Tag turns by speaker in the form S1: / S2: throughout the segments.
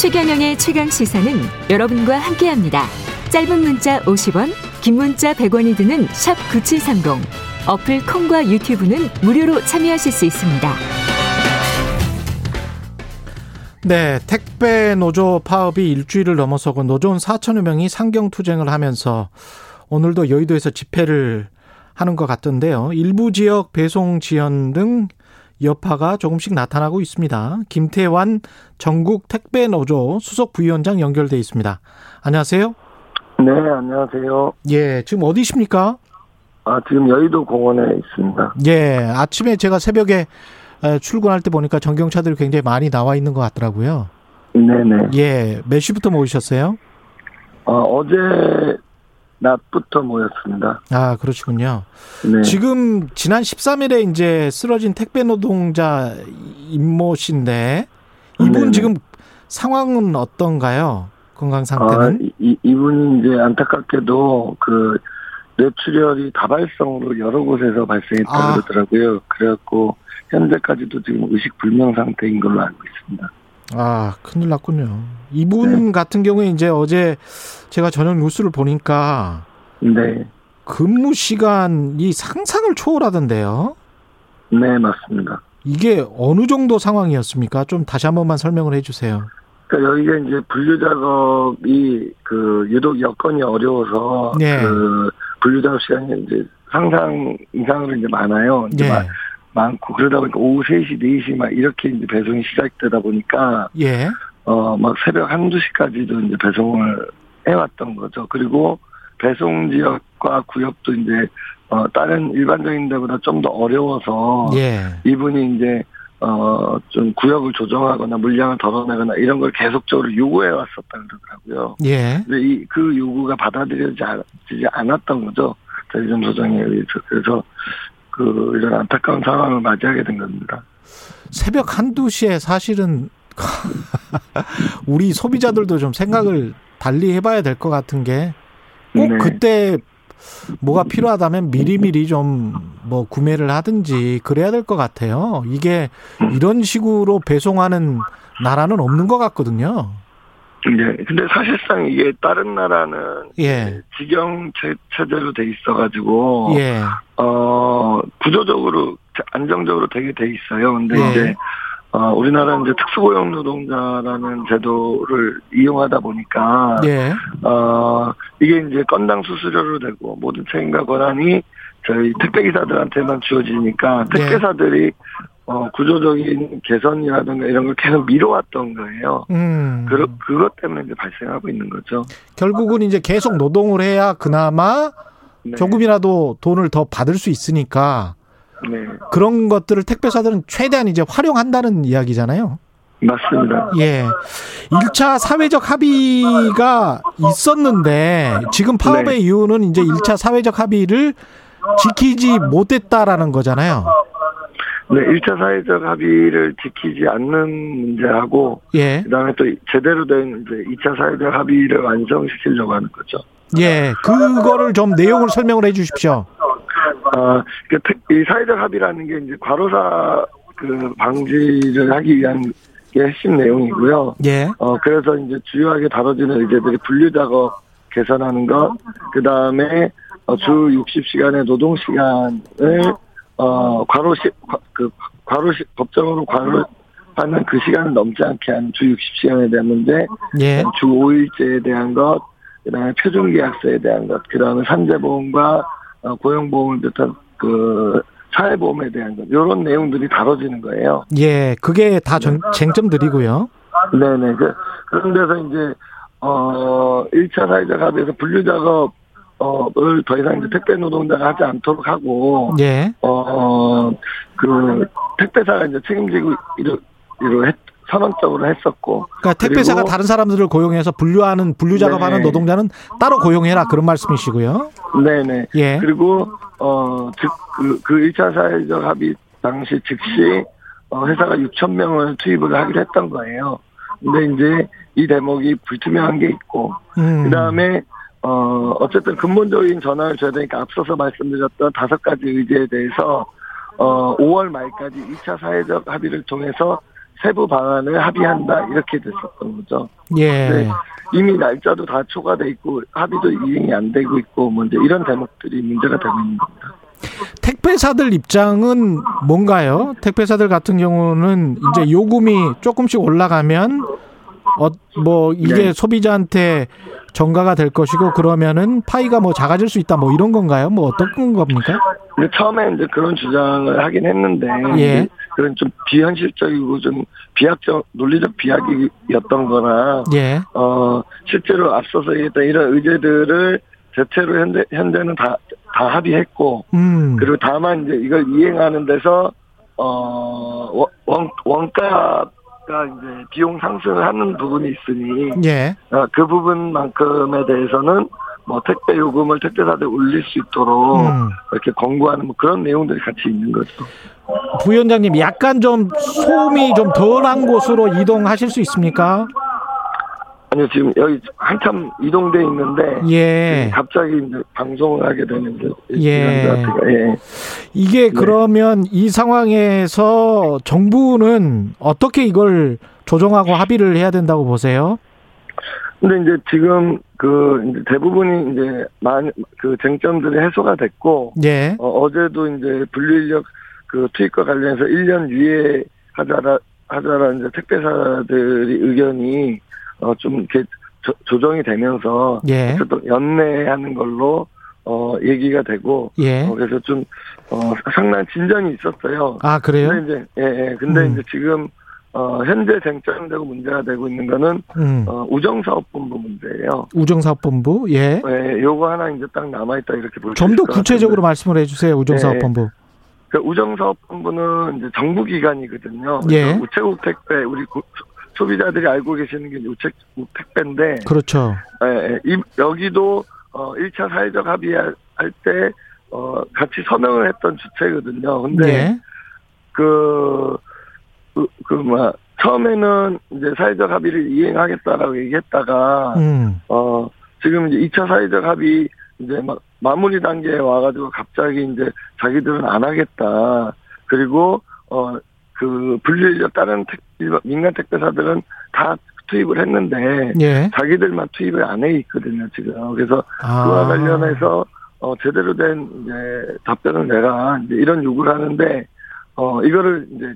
S1: 최경영의 최강 시사는 여러분과 함께합니다. 짧은 문자 50원, 긴 문자 100원이 드는 샵 #9730 어플 콩과 유튜브는 무료로 참여하실 수 있습니다.
S2: 네, 택배 노조 파업이 일주일을 넘어서고 노조원 4천여 명이 상경 투쟁을 하면서 오늘도 여의도에서 집회를 하는 것 같던데요. 일부 지역 배송 지연 등 여파가 조금씩 나타나고 있습니다. 김태환 전국 택배 노조 수석 부위원장 연결돼 있습니다. 안녕하세요.
S3: 네, 안녕하세요.
S2: 예, 지금 어디십니까?
S3: 아, 지금 여의도 공원에 있습니다.
S2: 예, 아침에 제가 새벽에 에, 출근할 때 보니까 전경차들이 굉장히 많이 나와 있는 것 같더라고요.
S3: 네네.
S2: 예, 몇 시부터 모이셨어요?
S3: 아, 어제 낮부터 모였습니다.
S2: 아, 그러시군요.
S3: 네.
S2: 지금 지난 13일에 이제 쓰러진 택배 노동자 임모 씨인데 이분
S3: 네네.
S2: 지금 상황은 어떤가요? 건강
S3: 아,
S2: 상태는?
S3: 이, 이- 이분이 이제 안타깝게도 그 뇌출혈이 다발성으로 여러 곳에서 발생했다고
S2: 아.
S3: 그러더라고요. 그래갖고 현재까지도 지금 의식불명 상태인 걸로 알고 있습니다.
S2: 아, 큰일 났군요. 이분
S3: 네.
S2: 같은 경우에 이제 어제 제가 저녁 뉴스를 보니까
S3: 네.
S2: 근무 시간이 상상을 초월하던데요.
S3: 네, 맞습니다.
S2: 이게 어느 정도 상황이었습니까? 좀 다시 한 번만 설명을 해주세요.
S3: 그러니까 여기가 이제 분류 작업이 그 유독 여건이 어려워서
S2: 네.
S3: 그 분류 작업 시간이 이제 상상 이상으로 이제 많아요. 이제
S2: 예,
S3: 마- 많고 그러다 보니까 오후 3시, 4시 막 이렇게 이제 배송이 시작되다 보니까
S2: 예,
S3: 어 막 새벽 한두 시까지도 이제 배송을 해왔던 거죠. 그리고 배송 지역과 구역도 이제 어 다른 일반적인 데보다 좀 더 어려워서
S2: 예,
S3: 이분이 이제 어 좀 구역을 조정하거나 물량을 덜어내거나 이런 걸 계속적으로 요구해 왔었다 그러더라고요.
S2: 예.
S3: 근데 이 그 요구가 받아들여지지 않- 지지 않았던 거죠. 대리점 소장에 의해서 그래서 그 이런 안타까운 상황을 맞이하게 된 겁니다.
S2: 새벽 한두 시에 사실은 우리 소비자들도 좀 생각을 달리 해봐야 될 것 같은 게 꼭
S3: 네.
S2: 그때 뭐가 필요하다면 미리미리 좀 뭐 구매를 하든지 그래야 될 것 같아요. 이게 이런 식으로 배송하는 나라는 없는 것 같거든요.
S3: 이제 근데 사실상 이게 다른 나라는
S2: 예,
S3: 직영 체- 체제로 돼 있어가지고
S2: 예,
S3: 어 구조적으로 안정적으로 되게 돼 있어요. 근데
S2: 네.
S3: 이제 어, 우리나라는 이제 특수고용 노동자라는 제도를 이용하다 보니까
S2: 예,
S3: 어, 이게 이제 건당 수수료로 되고 모든 책임과 권한이 저희 택배기사들한테만 주어지니까
S2: 네.
S3: 택배사들이 어, 구조적인 개선이라든가 이런 걸 계속 미뤄왔던 거예요.
S2: 음.
S3: 그, 그것 때문에 이제 발생하고 있는 거죠.
S2: 결국은 이제 계속 노동을 해야 그나마
S3: 네.
S2: 조금이라도 돈을 더 받을 수 있으니까
S3: 네.
S2: 그런 것들을 택배사들은 최대한 이제 활용한다는 이야기잖아요.
S3: 맞습니다.
S2: 예. 1차 사회적 합의가 있었는데 지금 파업의
S3: 네.
S2: 이유는 이제 1차 사회적 합의를 지키지 못했다라는 거잖아요.
S3: 네, 1차 사회적 합의를 지키지 않는 문제하고,
S2: 예.
S3: 그 다음에 또 제대로 된 이제 2차 사회적 합의를 완성시키려고 하는 거죠.
S2: 예. 그거를 좀 내용을 설명을 해 주십시오.
S3: 아, 그 특- 이 사회적 합의라는 게 이제 과로사 그 방지를 하기 위한 게 핵심 내용이고요.
S2: 예.
S3: 어, 그래서 이제 주요하게 다뤄지는 의제들이 분류 작업 개선하는 것, 그 다음에 어, 주 60시간의 노동 시간을 어, 과로시 과- 그 과로시 법정으로 과로 하는 그 시간을 넘지 않게 하는 주 60시간에 대한 문제,
S2: 예.
S3: 주 5일제에 대한 것, 그 다음에 표준계약서에 대한 것, 그 다음에 산재보험과 어, 고용보험을 비롯한 그 사회보험에 대한 것, 이런 내용들이 다뤄지는 거예요.
S2: 예. 그게 다 전- 쟁점들이고요.
S3: 네네. 그, 그런 데서 이제, 어, 1차 사회적 합의에서 분류 작업, 어, 을, 더 이상 이제 택배 노동자가 하지 않도록 하고,
S2: 예.
S3: 어, 그, 택배사가 이제 책임지고, 이러, 이러 했, 선언적으로 했었고,
S2: 그러니까 택배사가
S3: 그리고-
S2: 다른 사람들을 고용해서 분류하는 분류 작업하는
S3: 네.
S2: 노동자는 따로 고용해라 그런 말씀이시고요.
S3: 네네.
S2: 예.
S3: 그리고 어, 즉, 그, 그 1차 사회적 합의 당시 즉시 어, 회사가 6천 명을 투입을 하기로 했던 거예요. 근데 이제 이 대목이 불투명한 게 있고
S2: 음.
S3: 그다음에 어, 어쨌든 근본적인 전환을 줘야 되니까 앞서서 말씀드렸던 다섯 가지 의제에 대해서 어, 5월 말까지 2차 사회적 합의를 통해서 세부 방안을 합의한다 이렇게 됐었던 거죠.
S2: 예.
S3: 네. 이미 날짜도 다 초과돼 있고 합의도 이행이 안 되고 있고 뭐 이제 이런 대목들이 문제가 되고 있는 겁니다.
S2: 택배사들 입장은 뭔가요? 택배사들 같은 경우는 이제 요금이 조금씩 올라가면 어, 뭐 이게
S3: 네.
S2: 소비자한테 전가가 될 것이고 그러면은 파이가 뭐 작아질 수 있다 뭐 이런 건가요? 뭐 어떤 겁니까?
S3: 근데 처음에 이제 그런 주장을 하긴 했는데
S2: 예.
S3: 그런 좀 비현실적이고 좀 비약적 논리적 비약이었던 거나
S2: 예.
S3: 어, 실제로 앞서서 얘기했던 이런 의제들을 대체로 현재, 현재는 다, 다 합의했고,
S2: 음.
S3: 그리고 다만 이제 이걸 이행하는 데서, 어, 원- 원, 원가가 이제 비용 상승을 하는 부분이 있으니,
S2: 예.
S3: 어, 그 부분만큼에 대해서는 뭐 택배 요금을 택배사들 올릴 수 있도록
S2: 음.
S3: 이렇게 권고하는 뭐 그런 내용들이 같이 있는 거죠.
S2: 부위원장님 약간 좀 소음이 좀 덜한 곳으로 이동하실 수 있습니까?
S3: 아니요, 지금 여기 한참 이동돼 있는데,
S2: 예.
S3: 갑자기 이제 방송을 하게 되는 그
S2: 예.
S3: 이런 것 같아요. 예.
S2: 이게 그러면 이 상황에서 정부는 어떻게 이걸 조정하고 합의를 해야 된다고 보세요?
S3: 근데 이제 지금 그 이제 대부분이 이제 많이 그 쟁점들이 해소가 됐고
S2: 예.
S3: 어, 제도 이제 분류인력 그 투입과 관련해서 1년 유예 하자라 하자라 이제 택배사들이 의견이 어 좀 이렇게 조, 조정이 되면서
S2: 예.
S3: 어쨌든 연내하는 걸로 어 얘기가 되고
S2: 예.
S3: 어, 그래서 좀어 상당한 진전이 있었어요.
S2: 아, 그래요?
S3: 근데 이제 예, 예. 근데
S2: 음.
S3: 이제 지금 어 현재 쟁점되고 문제가 되고 있는 거는
S2: 음.
S3: 어, 우정사업본부 문제예요.
S2: 우정사업본부. 예.
S3: 예, 요거 하나 이제 딱 남아있다 네. 이렇게 볼수
S2: 좀 더
S3: 있을 것
S2: 구체적으로
S3: 같은데.
S2: 말씀을 해주세요. 우정사업본부.
S3: 그 우정사업본부는 이제 정부기관이거든요.
S2: 예.
S3: 그래서 우체국 택배, 우리 구- 소비자들이 알고 계시는 게 이제 우체국 택배인데,
S2: 그렇죠.
S3: 예, 예. 이- 여기도 어, 1차 사회적 합의할 때, 어, 같이 서명을 했던 주체거든요. 근데
S2: 예.
S3: 그, 그, 그, 뭐, 처음에는 이제 사회적 합의를 이행하겠다라고 얘기했다가,
S2: 음.
S3: 어, 지금 이제 2차 사회적 합의 이제 막 마무리 단계에 와가지고 갑자기 이제 자기들은 안 하겠다. 그리고, 어, 그 분류인력 다른 택, 일반- 민간 택배사들은 다 투입을 했는데,
S2: 예.
S3: 자기들만 투입을 안 해 있거든요, 지금. 그래서 그와
S2: 아.
S3: 관련해서, 어, 제대로 된 이제 답변을 내라. 이제 이런 요구를 하는데, 어, 이거를 이제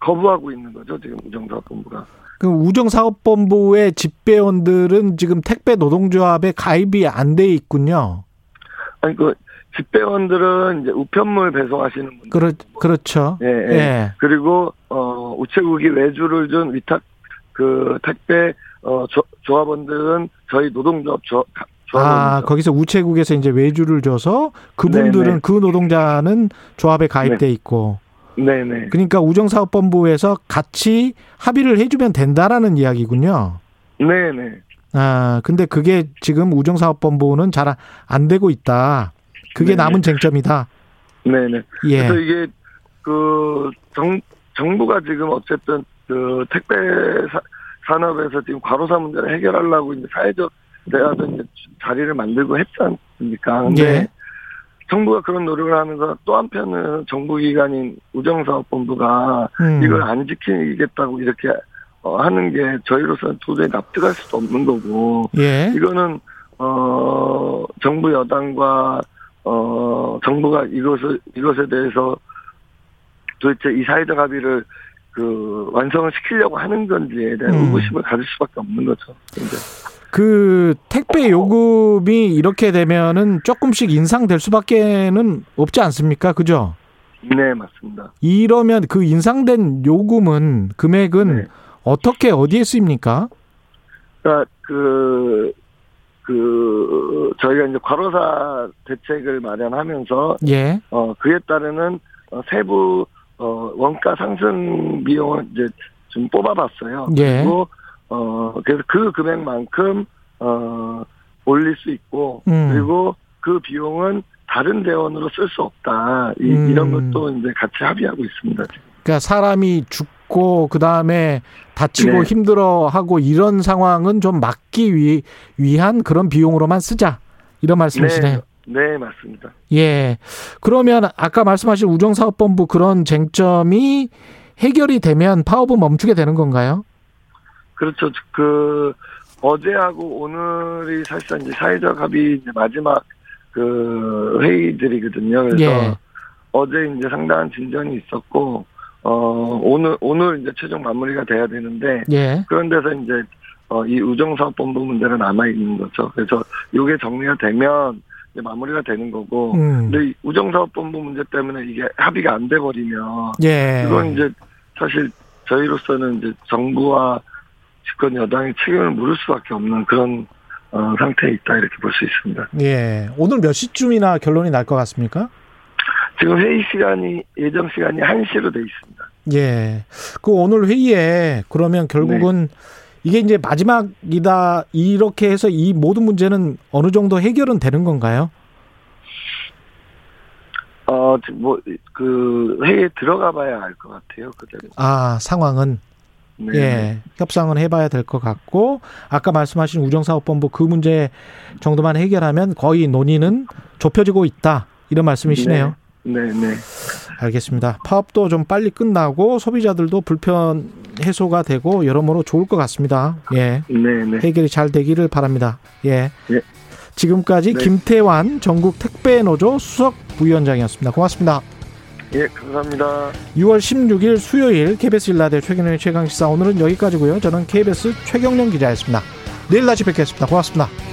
S3: 거부하고 있는 거죠, 지금 우정사업본부가.
S2: 그 우정사업본부의 집배원들은 지금 택배 노동조합에 가입이 안 돼 있군요.
S3: 아니 그 집배원들은 이제 우편물 배송하시는 분들,
S2: 그렇 그렇죠.
S3: 예, 예.
S2: 예.
S3: 그리고 어 우체국이 외주를 준 위탁 그 택배 어 조, 합원들은 저희 노동조합 조,
S2: 아,
S3: 조합원이죠.
S2: 거기서 우체국에서 이제 외주를 줘서 그분들은
S3: 네네. 네.
S2: 그 노동자는 조합에 가입돼 있고
S3: 네네.
S2: 그러니까 우정사업본부에서 같이 합의를 해주면 된다라는 이야기군요.
S3: 네네.
S2: 아, 근데 그게 지금 우정사업본부는 잘 안 되고 있다. 그게
S3: 네네.
S2: 남은 쟁점이다.
S3: 네네.
S2: 예.
S3: 그래서 이게 그 정, 정부가 지금 어쨌든 그 택배 사, 산업에서 지금 과로사 문제를 해결하려고 이제 사회적 대화도 이제 자리를 만들고 했지 않습니까? 근데
S2: 예.
S3: 정부가 그런 노력을 하면서 또 한편은 정부기관인 우정사업본부가
S2: 음.
S3: 이걸 안 지키겠다고 이렇게 어, 하는 게 저희로서는 도저히 납득할 수도 없는 거고
S2: 예.
S3: 이거는 어 정부 여당과 어 정부가 이것을 이것에 대해서 도대체 이 사회적 합의를 그 완성을 시키려고 하는 건지에 대한
S2: 음.
S3: 의구심을 가질 수밖에 없는 거죠. 이제.
S2: 그 택배 요금이 이렇게 되면은 조금씩 인상될 수밖에는 없지 않습니까? 그죠?
S3: 네 맞습니다.
S2: 이러면 그 인상된 요금은 금액은
S3: 네.
S2: 어떻게 어디에 쓰입니까?
S3: 그러니까 그, 그, 저희가 이제 과로사 대책을 마련하면서,
S2: 예.
S3: 어, 그에 따르는 어, 세부, 어, 원가 상승 비용을 이제 좀 뽑아봤어요.
S2: 예.
S3: 그리고, 어, 그래서 그 금액만큼, 어, 올릴 수 있고,
S2: 음.
S3: 그리고 그 비용은 다른 대원으로 쓸 수 없다. 이,
S2: 음.
S3: 이런 것도 이제 같이 합의하고 있습니다. 지금.
S2: 그러니까 사람이 죽고 그다음에 다치고
S3: 네.
S2: 힘들어하고 이런 상황은 좀 막기 위, 위한 그런 비용으로만 쓰자. 이런 말씀이시네요.
S3: 네, 네, 맞습니다.
S2: 예. 그러면 아까 말씀하신 우정사업본부 그런 쟁점이 해결이 되면 파업은 멈추게 되는 건가요?
S3: 그렇죠. 그 어제하고 오늘이 사실상 이제 사회적 합의 이제 마지막 그 회의들이거든요. 그래서
S2: 예.
S3: 어제 이제 상당한 진전이 있었고 어 오늘 오늘 이제 최종 마무리가 돼야 되는데
S2: 예.
S3: 그런 데서 이제 어, 이 우정사업본부 문제가 남아 있는 거죠. 그래서 이게 정리가 되면 이제 마무리가 되는 거고.
S2: 음.
S3: 근데 이 우정사업본부 문제 때문에 이게 합의가 안 돼 버리면
S2: 예.
S3: 이건 이제 사실 저희로서는 이제 정부와 집권 여당의 책임을 물을 수밖에 없는 그런 어, 상태에 있다 이렇게 볼 수 있습니다. 네.
S2: 예. 오늘 몇 시쯤이나 결론이 날 것 같습니까?
S3: 지금 회의 시간이 예정 시간이 1시로 돼 있습니다.
S2: 예. 그 오늘 회의에 그러면 결국은 이게 이제 마지막이다 이렇게 해서 이 모든 문제는 어느 정도 해결은 되는 건가요?
S3: 어, 뭐 그 회의에 들어가 봐야 알 것 같아요. 그대로.
S2: 아 상황은
S3: 네.
S2: 예 협상은 해봐야 될 것 같고 아까 말씀하신 우정사업본부 그 문제 정도만 해결하면 거의 논의는 좁혀지고 있다 이런 말씀이시네요.
S3: 네, 네.
S2: 알겠습니다. 파업도 좀 빨리 끝나고 소비자들도 불편 해소가 되고 여러모로 좋을 것 같습니다. 예.
S3: 네, 네.
S2: 해결이 잘 되기를 바랍니다. 예.
S3: 예.
S2: 지금까지
S3: 네.
S2: 김태환 전국 택배노조 수석 부위원장이었습니다. 고맙습니다.
S3: 예, 감사합니다.
S2: 6월 16일 수요일 KBS 일라디오 최경영 최강시사 오늘은 여기까지고요. 저는 KBS 최경영 기자였습니다. 내일 다시 뵙겠습니다. 고맙습니다.